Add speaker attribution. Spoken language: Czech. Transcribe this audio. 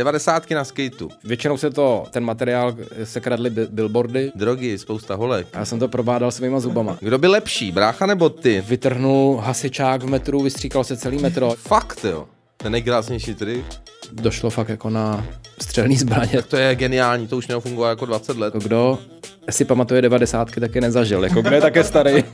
Speaker 1: Devadesátky na skateu.
Speaker 2: Většinou se to, ten materiál se kradly bi- billboardy
Speaker 1: Drogy, spousta holek.
Speaker 2: a já jsem to probádal svýma zubama.
Speaker 1: Kdo by lepší, brácha nebo ty?
Speaker 2: Vytrhnul hasičák v metru, vystříkal se celý metro.
Speaker 1: Fakt jo. Ten nejkrásnější trik.
Speaker 2: Došlo fakt jako na střelný zbraně.
Speaker 1: To je geniální, to už mělo fungovat jako 20 let.
Speaker 2: Jako kdo si pamatuje devadesátky, tak je nezažil. Jako kdo je také starý.